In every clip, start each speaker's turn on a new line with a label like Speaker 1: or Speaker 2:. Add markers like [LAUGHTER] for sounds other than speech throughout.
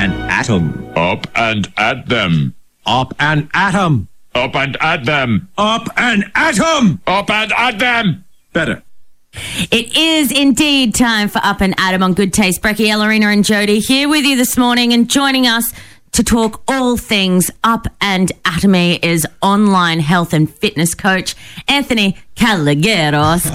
Speaker 1: atom.
Speaker 2: Up and at them.
Speaker 1: Up and atom.
Speaker 2: Up and at them.
Speaker 1: Up and atom.
Speaker 2: Up and at them.
Speaker 1: Better.
Speaker 3: It is indeed time for Up and Adam on Good Taste. Brecky, Ellerina, and Jody here with you this morning and joining us to talk all things Up and Atomy is online health and fitness coach Anthony Calagueros.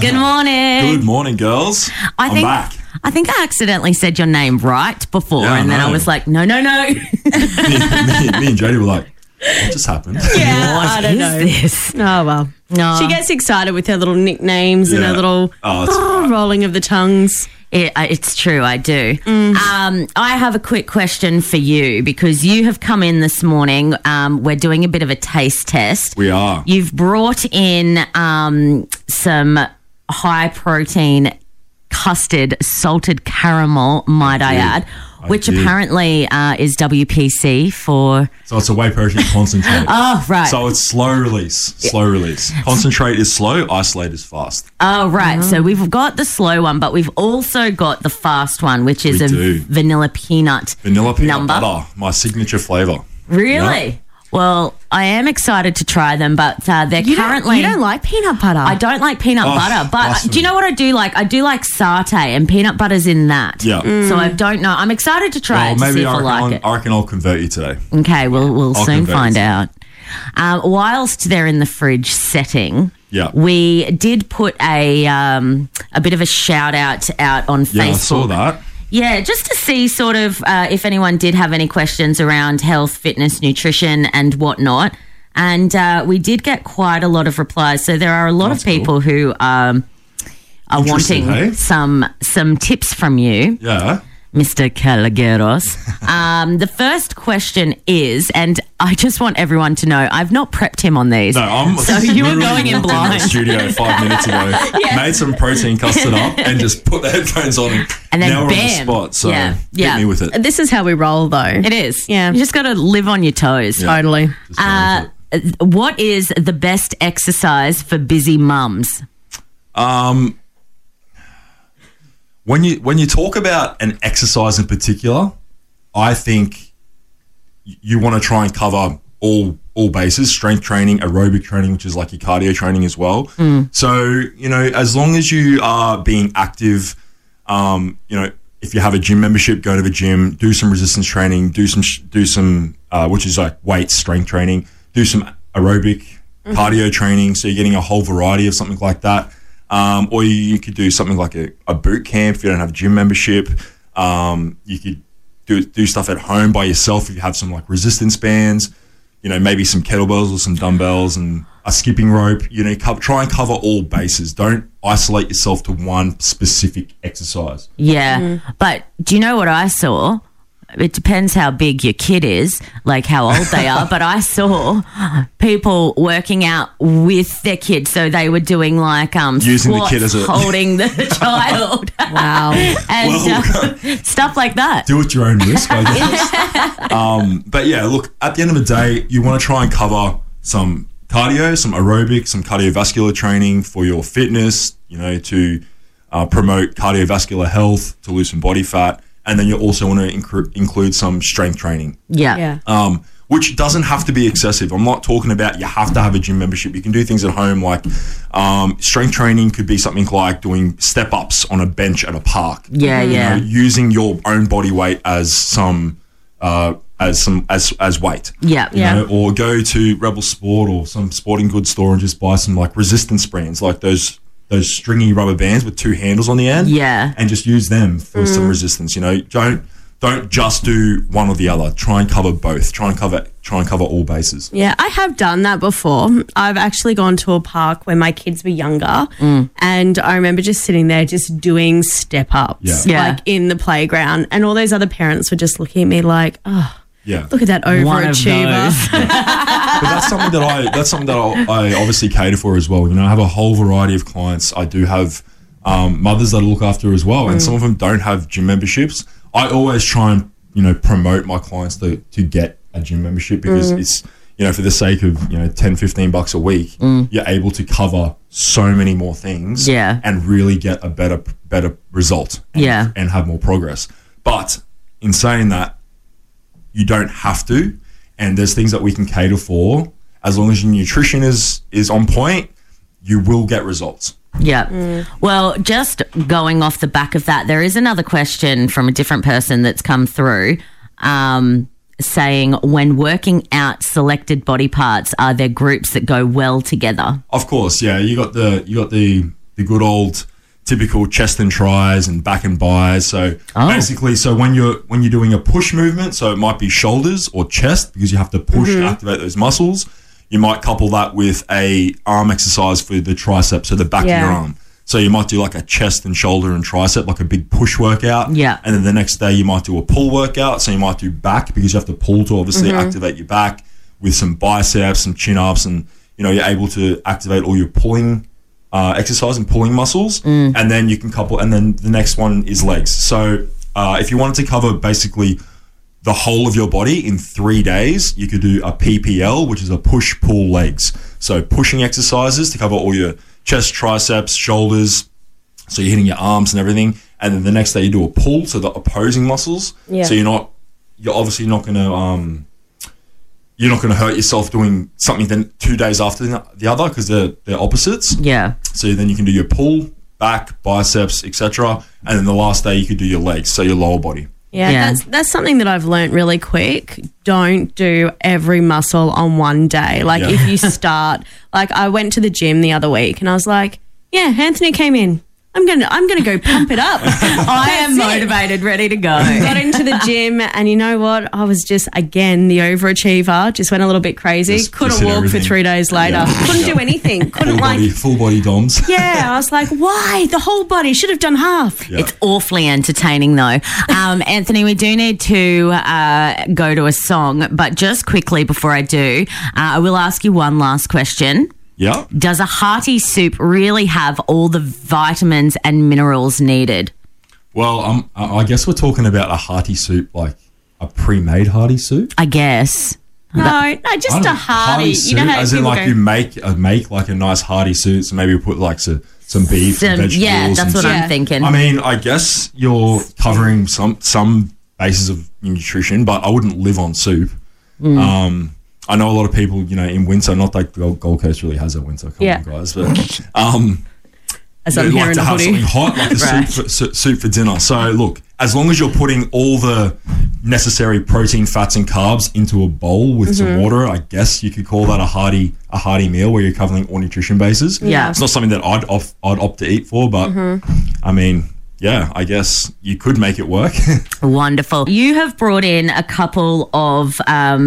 Speaker 4: [LAUGHS]
Speaker 3: Good morning.
Speaker 4: Good morning, girls.
Speaker 3: I
Speaker 4: am
Speaker 3: think
Speaker 4: back. [LAUGHS]
Speaker 3: I think I accidentally said your name right before,
Speaker 4: Yeah, I
Speaker 3: and then I
Speaker 4: know.
Speaker 3: was like, no, no, no.
Speaker 4: me, me- me and Jody were like, what just
Speaker 3: [LAUGHS]
Speaker 4: happened?
Speaker 5: Yeah, I don't
Speaker 3: is
Speaker 5: know.
Speaker 3: this?
Speaker 5: Oh well,
Speaker 3: No.
Speaker 5: she gets excited with her little nicknames and
Speaker 4: Yeah.
Speaker 5: her little
Speaker 4: Oh,
Speaker 5: [LAUGHS]
Speaker 4: it's all
Speaker 5: rolling of the tongues.
Speaker 3: It, I- it's true, I do. Um, I have a quick question for you because you have come in this morning. Um, we're doing a bit of a taste test.
Speaker 4: We are.
Speaker 3: You've brought in um, some high protein custard, salted caramel, might I,
Speaker 4: did.
Speaker 3: add,
Speaker 4: I
Speaker 3: which
Speaker 4: did.
Speaker 3: apparently uh, is WPC for.
Speaker 4: So it's a whey protein
Speaker 3: [LAUGHS]
Speaker 4: concentrate.
Speaker 3: Oh, right.
Speaker 4: So it's slow release. Slow
Speaker 3: [LAUGHS]
Speaker 4: release. Concentrate is slow, isolate is fast.
Speaker 3: Oh, right. So we've got the slow one, but we've also got the fast one, which is
Speaker 4: We
Speaker 3: a
Speaker 4: do.
Speaker 3: vanilla peanut.
Speaker 4: Vanilla peanut
Speaker 3: Number?
Speaker 4: butter, my signature flavor.
Speaker 3: Really? Well, I am excited to try them, but uh, they're
Speaker 5: You
Speaker 3: currently.
Speaker 5: don't, you don't like peanut butter.
Speaker 3: I don't like peanut
Speaker 4: Oh,
Speaker 3: butter, but uh,
Speaker 4: blasphemy.
Speaker 3: do you know what I do like? I do like satay, and peanut butter's in that.
Speaker 4: Yeah. Mm.
Speaker 3: So I don't know. I'm excited to
Speaker 4: Well,
Speaker 3: try it to see
Speaker 4: maybe
Speaker 3: if I
Speaker 4: I reckon,
Speaker 3: like
Speaker 4: I'll,
Speaker 3: it.
Speaker 4: I reckon I'll convert you today.
Speaker 3: Okay, we'll we'll
Speaker 4: I'll
Speaker 3: soon
Speaker 4: convert
Speaker 3: find
Speaker 4: it.
Speaker 3: out. Um, whilst they're in the fridge setting,
Speaker 4: Yeah.
Speaker 3: we did put a um, a bit of a shout out out on
Speaker 4: Yeah,
Speaker 3: Facebook.
Speaker 4: I saw that.
Speaker 3: Yeah, just to see sort of uh, if anyone did have any questions around health, fitness, nutrition, and whatnot. And uh, we did get quite a lot of replies. So there are a lot
Speaker 4: That's
Speaker 3: of people who um, are
Speaker 4: Interesting,
Speaker 3: wanting
Speaker 4: hey?
Speaker 3: some some tips from you,
Speaker 4: Yeah.
Speaker 3: Mr.
Speaker 4: [LAUGHS]
Speaker 3: Calagueros. um, the first question is, and I just want everyone to know, I've not prepped him on these.
Speaker 4: No, I'm.
Speaker 3: So you were
Speaker 4: literally
Speaker 3: going in
Speaker 4: walked the
Speaker 3: blind.
Speaker 4: studio five minutes ago,
Speaker 3: [LAUGHS]
Speaker 4: made some protein custard up, and just put the headphones on.
Speaker 3: And then
Speaker 4: now we're on the
Speaker 3: bam.
Speaker 4: spot. So
Speaker 3: Yeah,
Speaker 4: hit
Speaker 3: yeah. Uh,
Speaker 4: me with it.
Speaker 5: This is how we roll, though.
Speaker 3: It is.
Speaker 5: Yeah.
Speaker 3: You just got to live on your toes.
Speaker 5: Totally.
Speaker 4: Just go with it.
Speaker 3: Uh, what is the best exercise for busy mums?
Speaker 4: when you when you talk about an exercise in particular, I think y- you want to try and cover all all bases: strength training, aerobic training, which is like your cardio training as well. So you know, as long as you are being active, um, you know, if you have a gym membership, go to the gym, do some resistance training, do some sh- do some uh, which is like weights, strength training, do some aerobic cardio training. So you're getting a whole variety of something like that. Um, or you, you could do something like a, a boot camp if you don't have a gym membership. Um, you could do do stuff at home by yourself if you have some like resistance bands. You know, maybe some kettlebells or some dumbbells and a skipping rope. You know, co- try and cover all bases. Don't isolate yourself to one specific exercise.
Speaker 3: Yeah.
Speaker 4: Mm.
Speaker 3: But do you know what I saw? It depends how big your kid is, like how old
Speaker 4: [LAUGHS]
Speaker 3: they are. But I saw people working out with their kid, so they were doing like um
Speaker 4: Using the kid
Speaker 3: squats,
Speaker 4: as a-
Speaker 3: holding the
Speaker 4: [LAUGHS]
Speaker 3: child
Speaker 5: Wow.
Speaker 3: [LAUGHS] and uh, stuff
Speaker 4: [LAUGHS]
Speaker 3: like that.
Speaker 4: do at your own risk, I guess. um, but yeah, look, at the end of the day, you want to try and cover some cardio, some aerobic, some cardiovascular training for your fitness, you know, to uh, promote cardiovascular health, to loosen body fat. And then you also want to incru- include some strength training
Speaker 3: Yeah.
Speaker 5: Yeah.
Speaker 4: um, which doesn't have to be excessive. I'm not talking about you have to have a gym membership. You can do things at home like um, strength training could be something like doing step ups on a bench at a park.
Speaker 3: Yeah,
Speaker 4: You
Speaker 3: yeah.
Speaker 4: know, using your own body weight as some uh, as some as as weight.
Speaker 3: Yeah.
Speaker 4: You
Speaker 5: Yeah.
Speaker 4: know, or go to Rebel Sport or some sporting goods store and just buy some like resistance brands, like those those stringy rubber bands with two handles on the end.
Speaker 3: Yeah.
Speaker 4: And just use them for some resistance. You know, don't don't just do one or the other. Try and cover both. Try and cover try and cover all bases.
Speaker 5: Yeah, I have done that before. I've actually gone to a park when my kids were younger, Mm. and I remember just sitting there, just doing step ups,
Speaker 3: Yeah. Yeah.
Speaker 5: like in the playground, and all those other parents were just looking at me like, "Oh,
Speaker 4: Yeah.
Speaker 5: look at that
Speaker 3: One of
Speaker 5: overachiever."
Speaker 4: but that's something that I that's something that I, I obviously cater for as well. You know, I have a whole variety of clients. I do have um, mothers that I look after as well, and some of them don't have gym memberships. I always try and you know promote my clients to to get a gym membership because it's you know for the sake of you know 10 15 bucks a week you're able to cover so many more things
Speaker 3: Yeah.
Speaker 4: and really get a better better result and,
Speaker 3: Yeah.
Speaker 4: and have more progress but in saying that you don't have to, and there's things that we can cater for. As long as your nutrition is is on point, you will get results.
Speaker 3: Yeah. Well, just going off the back of that, there is another question from a different person that's come through um, saying when working out selected body parts, are there groups that go well together?
Speaker 4: Of course, yeah. You got the you got the the good old typical chest and tries and back and buys. So basically, so when you're when you're doing a push movement, so it might be shoulders or chest because you have to push to activate those muscles. You might couple that with a arm exercise for the tricep, so the back of your
Speaker 5: Yeah.
Speaker 4: arm. So you might do like a chest and shoulder and tricep, like a big push workout.
Speaker 3: Yeah.
Speaker 4: And then the next day you might do a pull workout. So you might do back because you have to pull to obviously activate your back with some biceps, some chin ups, and you know you're able to activate all your pulling uh, exercise and pulling muscles. And then you can couple. And then the next one is legs. So uh, if you wanted to cover basically the whole of your body in three days. You could do a PPL, which is a push pull legs. So pushing exercises to cover all your chest, triceps, shoulders. So you're hitting your arms and everything. And then the next day you do a pull, so the opposing muscles.
Speaker 5: Yeah.
Speaker 4: So you're not, you're obviously not going to, um, you're not going to hurt yourself doing something then two days after the the other because they're, they're opposites.
Speaker 3: Yeah.
Speaker 4: So then you can do your pull, back, biceps, etc. And then the last day you could do your legs, so your lower body.
Speaker 5: Yeah,
Speaker 3: Yeah.
Speaker 5: that's that's something that I've learnt really quick. Don't do every muscle on one day. Like
Speaker 4: Yeah. [LAUGHS]
Speaker 5: if you start, like I went to the gym the other week and I was like, yeah, Anthony came in. I'm gonna I'm gonna go pump
Speaker 4: [LAUGHS]
Speaker 5: it up. I
Speaker 3: motivated, ready to go.
Speaker 5: Got into the gym and you know what? I was just again the overachiever. Just went a little bit crazy.
Speaker 4: Just-
Speaker 5: Couldn't
Speaker 4: just hit
Speaker 5: walk
Speaker 4: everything.
Speaker 5: for three days later.
Speaker 4: [LAUGHS] Yeah.
Speaker 5: Couldn't
Speaker 4: [LAUGHS]
Speaker 5: do anything.
Speaker 4: Full
Speaker 5: Couldn't like
Speaker 4: body, full body DOMs.
Speaker 5: [LAUGHS] yeah. I was like, why? The whole body should have done half.
Speaker 4: Yeah.
Speaker 3: It's awfully entertaining, though. Um, [LAUGHS] Anthony, we do need to uh, go to a song, but just quickly before I do, uh, I will ask you one last question.
Speaker 4: yeah.
Speaker 3: Does a hearty soup really have all the vitamins and minerals needed?
Speaker 4: Well, um, I I guess we're talking about a hearty soup, like a pre-made hearty soup.
Speaker 3: I guess.
Speaker 5: No, no,
Speaker 4: I
Speaker 5: just
Speaker 4: don't
Speaker 5: a
Speaker 4: know,
Speaker 5: hearty. You
Speaker 4: soup,
Speaker 5: know how
Speaker 4: as in
Speaker 5: people
Speaker 4: like
Speaker 5: go-
Speaker 4: you make uh, make like a nice hearty soup, so maybe put like so, some beef, some,
Speaker 3: Some-
Speaker 4: vegetables.
Speaker 3: yeah,
Speaker 4: and
Speaker 3: that's what
Speaker 4: some-
Speaker 3: I'm thinking.
Speaker 4: I mean, I guess you're covering some some bases of nutrition, but I wouldn't live on soup.
Speaker 5: Hmm.
Speaker 4: Um, I know a lot of people, you know, in winter. Not that Gold Gold Coast really has a winter, come
Speaker 5: Yeah.
Speaker 4: on, guys, but um,
Speaker 5: as
Speaker 4: they
Speaker 5: I'm here
Speaker 4: like
Speaker 5: in
Speaker 4: to
Speaker 5: a
Speaker 4: have
Speaker 5: hoodie.
Speaker 4: something hot,
Speaker 5: [LAUGHS]
Speaker 4: like a
Speaker 3: Right.
Speaker 4: soup, for, su- soup for dinner. So look, as long as you're putting all the necessary protein, fats, and carbs into a bowl with some
Speaker 3: Mm-hmm.
Speaker 4: water, I guess you could call that a hearty a hearty meal where you're covering all nutrition bases.
Speaker 3: Yeah. Mm-hmm.
Speaker 4: it's not something that I'd off, I'd opt to eat for, but I mean, yeah, I guess you could make it work. [LAUGHS]
Speaker 3: Wonderful. You have brought in a couple of um,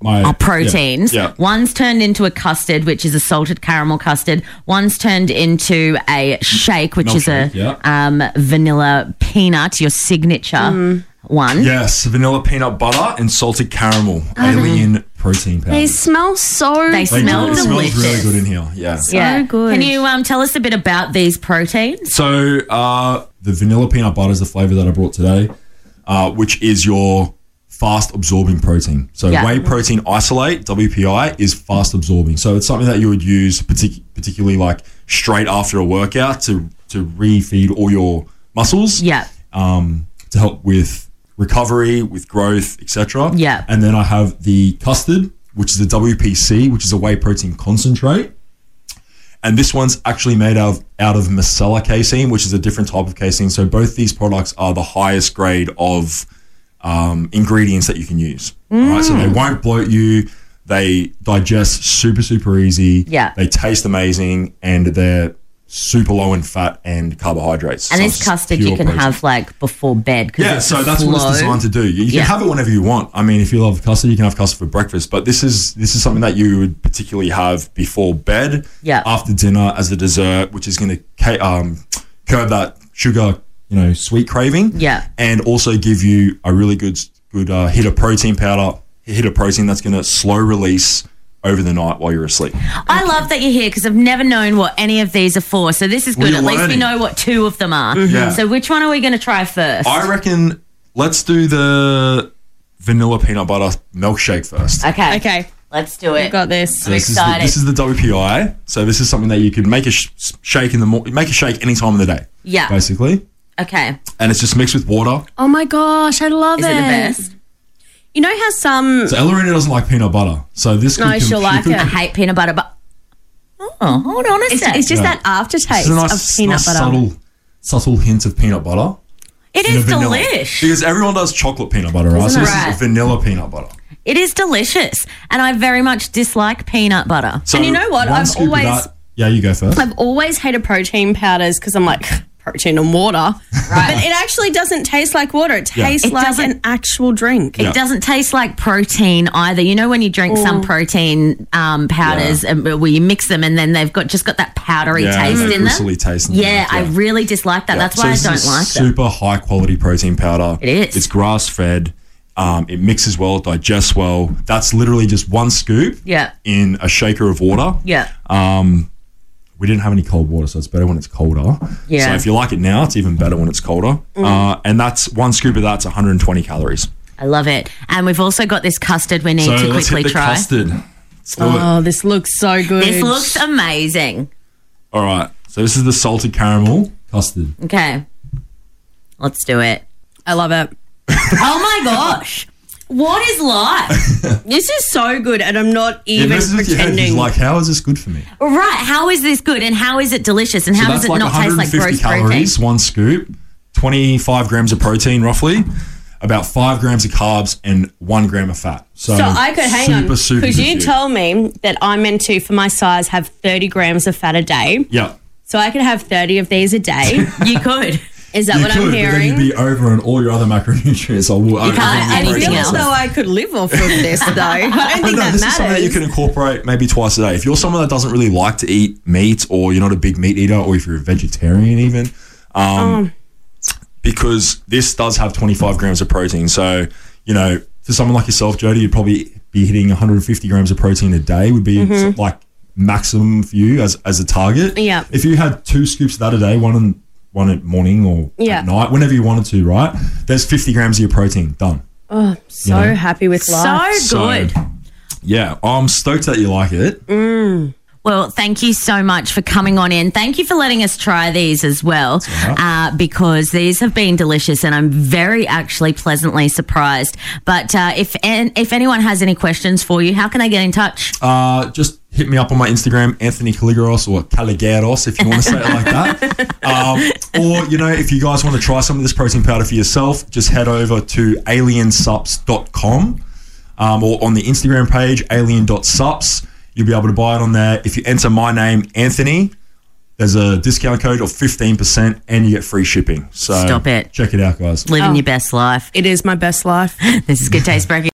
Speaker 4: My yeah,
Speaker 3: proteins.
Speaker 4: yeah.
Speaker 3: One's turned into a custard, which is a salted caramel custard. One's turned into a shake, which
Speaker 4: Milk
Speaker 3: is
Speaker 4: shake,
Speaker 3: a
Speaker 4: yeah.
Speaker 3: um, vanilla peanut, your signature one.
Speaker 4: Yes, vanilla peanut butter and salted caramel, alien protein powder.
Speaker 5: They smell so.
Speaker 3: They
Speaker 4: They do.
Speaker 3: smell
Speaker 4: it smells really
Speaker 3: delicious.
Speaker 4: good in here. Yeah.
Speaker 5: Yeah. good.
Speaker 3: Can you um, tell us a bit about these proteins?
Speaker 4: So uh, the vanilla peanut butter is the flavor that I brought today, uh, which is your fast absorbing protein. So
Speaker 3: Yeah.
Speaker 4: whey protein isolate (WPI) is fast absorbing. So it's something that you would use partic- particularly like straight after a workout to to refeed all your muscles
Speaker 3: Yeah.
Speaker 4: um, to help with recovery, with growth, etc.
Speaker 3: Yeah.
Speaker 4: And then I have the custard, which is the WPC, which is a whey protein concentrate. And this one's actually made out of, out of macella casein, which is a different type of casein. So both these products are the highest grade of um, ingredients that you can use. All right, so
Speaker 3: Mm.
Speaker 4: they won't bloat you. They digest super, super easy.
Speaker 3: Yeah.
Speaker 4: They taste amazing, and they're super low in fat and carbohydrates.
Speaker 3: And
Speaker 4: So
Speaker 3: this
Speaker 4: it's
Speaker 3: custard
Speaker 4: pure
Speaker 3: you can
Speaker 4: protein.
Speaker 3: have like before bed. 'cause
Speaker 4: Yeah,
Speaker 3: it's
Speaker 4: so that's what it's
Speaker 3: slow.
Speaker 4: designed to do. You, you
Speaker 3: Yeah.
Speaker 4: can have it whenever you want. I mean, if you love custard, you can have custard for breakfast. But this is this is something that you would particularly have before bed,
Speaker 3: Yeah.
Speaker 4: after dinner as a dessert, which is going to um, curb that sugar, you know, sweet craving.
Speaker 3: Yeah.
Speaker 4: and also give you a really good good uh, hit of protein powder, hit of protein that's going to slow release over the night while you're asleep.
Speaker 3: I love that you're here because I've never known what any of these are for. So this is
Speaker 4: Well,
Speaker 3: good.
Speaker 4: you're
Speaker 3: At least we
Speaker 4: learning.
Speaker 3: know what two of them are.
Speaker 4: Yeah.
Speaker 3: So which one are we going to try first?
Speaker 4: I reckon let's do the vanilla peanut butter milkshake first.
Speaker 3: okay.
Speaker 5: Okay,
Speaker 3: Let's do it.
Speaker 5: I've got this.
Speaker 3: I'm
Speaker 4: This is, the,
Speaker 3: excited.
Speaker 4: this is the WPI, so this is something that you could make a sh- shake in the mor- make a shake any time of the day,
Speaker 3: yeah.
Speaker 4: basically,
Speaker 3: Okay.
Speaker 4: and it's just mixed with water.
Speaker 5: Oh my gosh, I love
Speaker 3: Is it the
Speaker 5: it.
Speaker 3: best?
Speaker 5: You know how some
Speaker 4: So Ellerina doesn't like peanut butter, so this could
Speaker 5: No, she'll like
Speaker 4: could-
Speaker 5: it.
Speaker 3: I hate peanut butter, but oh, hold on a
Speaker 5: it's,
Speaker 3: sec.
Speaker 5: it's just
Speaker 4: Yeah.
Speaker 5: that aftertaste
Speaker 4: It's a nice,
Speaker 5: of peanut
Speaker 4: nice
Speaker 5: butter.
Speaker 4: subtle, subtle hint of peanut butter.
Speaker 3: it
Speaker 4: in a
Speaker 3: is
Speaker 4: vanilla.
Speaker 3: delish.
Speaker 4: Because everyone does chocolate peanut butter, right?
Speaker 3: Isn't
Speaker 4: So
Speaker 3: it?
Speaker 4: this
Speaker 3: Right.
Speaker 4: is vanilla peanut butter.
Speaker 3: It is delicious, and I very much dislike peanut butter.
Speaker 4: So
Speaker 5: And you know what?
Speaker 4: one
Speaker 5: I've
Speaker 4: scoop of
Speaker 5: always-
Speaker 4: that- yeah, you go first.
Speaker 5: I've always hated protein powders because I'm like [SIGHS] protein and water, but it actually doesn't taste like water. It
Speaker 4: Yeah.
Speaker 5: tastes
Speaker 3: It
Speaker 5: like
Speaker 3: doesn't-
Speaker 5: an actual drink.
Speaker 3: It doesn't taste like protein either. You know when you drink some protein um, powders um, where you mix them and then they've got just got that powdery taste
Speaker 4: that
Speaker 3: in them.
Speaker 4: gristly taste. in the
Speaker 3: Yeah,
Speaker 4: mouth,
Speaker 3: I really dislike that. That's
Speaker 4: So
Speaker 3: why
Speaker 4: this
Speaker 3: I
Speaker 4: is
Speaker 3: don't like them.
Speaker 4: Super high quality protein powder.
Speaker 3: It is.
Speaker 4: It's grass fed. Um, it mixes well, it digests well. That's literally just one scoop
Speaker 3: Yeah.
Speaker 4: in a shaker of water.
Speaker 3: Yeah.
Speaker 4: We didn't have any cold water, so it's better when it's colder.
Speaker 3: Yeah. Mm.
Speaker 4: So if you like it now, it's even better when it's colder. Uh, and that's one scoop of that's 120 calories.
Speaker 3: I love it. And we've also got this custard we need
Speaker 4: So
Speaker 3: to
Speaker 4: let's
Speaker 3: quickly
Speaker 4: hit the
Speaker 3: try.
Speaker 4: custard. Let's do it.
Speaker 5: Oh, this looks so good.
Speaker 3: This looks amazing.
Speaker 4: All right. So this is the salted caramel custard.
Speaker 3: Okay. Let's do it.
Speaker 5: I love it.
Speaker 3: Oh my gosh. What is life?
Speaker 5: This is so good, and I'm not
Speaker 4: It
Speaker 5: even
Speaker 4: messes with your head. He's
Speaker 5: pretending.
Speaker 4: like, how is this good for me?
Speaker 3: right. How is this good and how is it delicious and how
Speaker 4: So
Speaker 3: does
Speaker 4: that's
Speaker 3: it
Speaker 4: like
Speaker 3: not taste like
Speaker 4: 150
Speaker 3: gross protein?
Speaker 4: calories, one scoop, 25 grams of protein roughly, about five grams of carbs, and one gram of fat. So,
Speaker 5: so I could hang
Speaker 4: Um, super,
Speaker 5: on
Speaker 4: super
Speaker 5: because you
Speaker 4: good.
Speaker 5: told me that I'm meant to, for my size, have 30 grams of fat a day.
Speaker 4: Yeah.
Speaker 5: So I could have 30 of these
Speaker 4: [LAUGHS]
Speaker 5: a day.
Speaker 3: You could.
Speaker 5: Is that
Speaker 4: You
Speaker 5: what
Speaker 4: could,
Speaker 5: I'm
Speaker 4: but then you'd
Speaker 5: hearing?
Speaker 4: be over on all your other macronutrients. I will, I,
Speaker 3: can't
Speaker 4: I
Speaker 3: add
Speaker 4: wouldn't
Speaker 3: anything
Speaker 4: encourage
Speaker 3: else.
Speaker 4: myself.
Speaker 5: I could live off of
Speaker 4: [LAUGHS]
Speaker 5: this though. I don't
Speaker 4: But
Speaker 5: think
Speaker 4: no, this is something that you can incorporate maybe twice a day. If you're someone that doesn't really like to eat meat, or you're not a big meat eater, or if you're a vegetarian, even, um, because this does have 25 grams of protein. So, you know, for someone like yourself, Jody, you'd probably be hitting 150 grams of protein a day. Would be like maximum for you as as a target.
Speaker 5: Yeah.
Speaker 4: If you had two scoops of that a day, one in, one at morning or
Speaker 5: Yeah.
Speaker 4: at night, whenever you wanted to, right? There's 50 grams of your protein done.
Speaker 5: so happy with life.
Speaker 3: So good. Mm.
Speaker 4: So, yeah, I'm stoked that you like it.
Speaker 3: Well, thank you so much for coming on in. Thank you for letting us try these as well, uh, because these have been delicious, and I'm very actually pleasantly surprised. But uh, if an if anyone has any questions for you, how can they get in touch?
Speaker 4: Uh, just hit me up on my Instagram, Anthony Caligaros or Caligaros, if you want to say it like
Speaker 3: [LAUGHS]
Speaker 4: that. Um, or, you know, if you guys want to try some of this protein powder for yourself, just head over to aliensups.com um, or on the Instagram page, alien.sups. You'll be able to buy it on there. If you enter my name, Anthony, there's a discount code of 15% and you get free shipping. So
Speaker 3: Stop it.
Speaker 4: Check it out, guys.
Speaker 3: Living your best life.
Speaker 5: It is my best life.
Speaker 3: This is Good Taste Breakfast.